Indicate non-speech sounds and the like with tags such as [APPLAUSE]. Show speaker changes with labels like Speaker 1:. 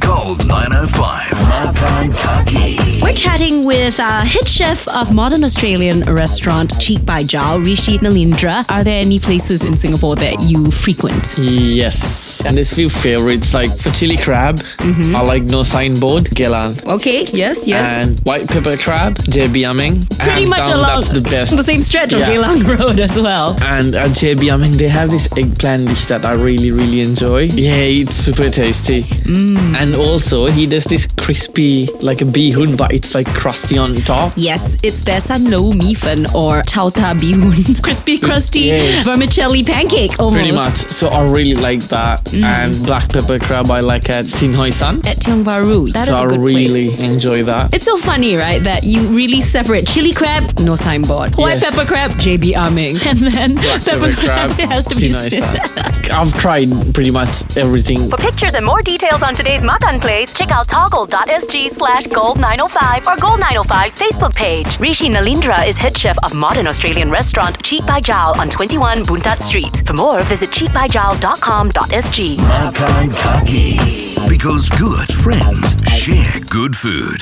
Speaker 1: Gold 905. Makai Kaki.
Speaker 2: We're chatting with uh, head chef of modern Australian restaurant Cheek by Jow, Rishi Nalindra. Are there any places in Singapore that you frequent?
Speaker 3: Yes. And there's few favorites like for chili crab, I like no signboard, Gelan.
Speaker 2: Okay, yes, Mm-hmm. yes.
Speaker 3: And white pepper crab, JB Aming.
Speaker 2: Pretty much
Speaker 3: down,
Speaker 2: along
Speaker 3: That's the
Speaker 2: [LAUGHS]
Speaker 3: best.
Speaker 2: same stretch of
Speaker 3: Yeah.
Speaker 2: Geylang Road as well.
Speaker 3: and at JB Aming, they have this eggplant dish that I really, really enjoy. Yeah, it's super tasty.
Speaker 2: Mm.
Speaker 3: And also, he does this crispy, like a beehoon, but it's like crusty on top.
Speaker 2: Yes, it's their San Lo Mi Fen or Chao Ta Bee Hoon. [LAUGHS] Crispy, crusty
Speaker 3: Yeah.
Speaker 2: vermicelli pancake almost.
Speaker 3: Pretty much. So I really like that.
Speaker 2: Mm.
Speaker 3: And black pepper crab I like at Sin Hoi San.
Speaker 2: At Tiong Bahru. That is
Speaker 3: so I
Speaker 2: a good place.
Speaker 3: really enjoy that.
Speaker 2: It's so funny, right? That you really separate chili crab, no signboard. White
Speaker 3: Yes.
Speaker 2: pepper crab, JB Arming. [LAUGHS] And then pepper,
Speaker 3: [LAUGHS]
Speaker 2: crab, [LAUGHS] it has to be.
Speaker 3: Sinai San. I've tried pretty much everything.
Speaker 4: For pictures and more details on today's Makan Place, check out toggle.sg slash gold905 or gold905's Facebook page. Rishi Nalindra is head chef of modern Australian restaurant Cheek by Jowl on 21 Buntat Street. For more, visit cheekbyjowl.com.sg.
Speaker 1: Makai Kaki. Because good friends share good food.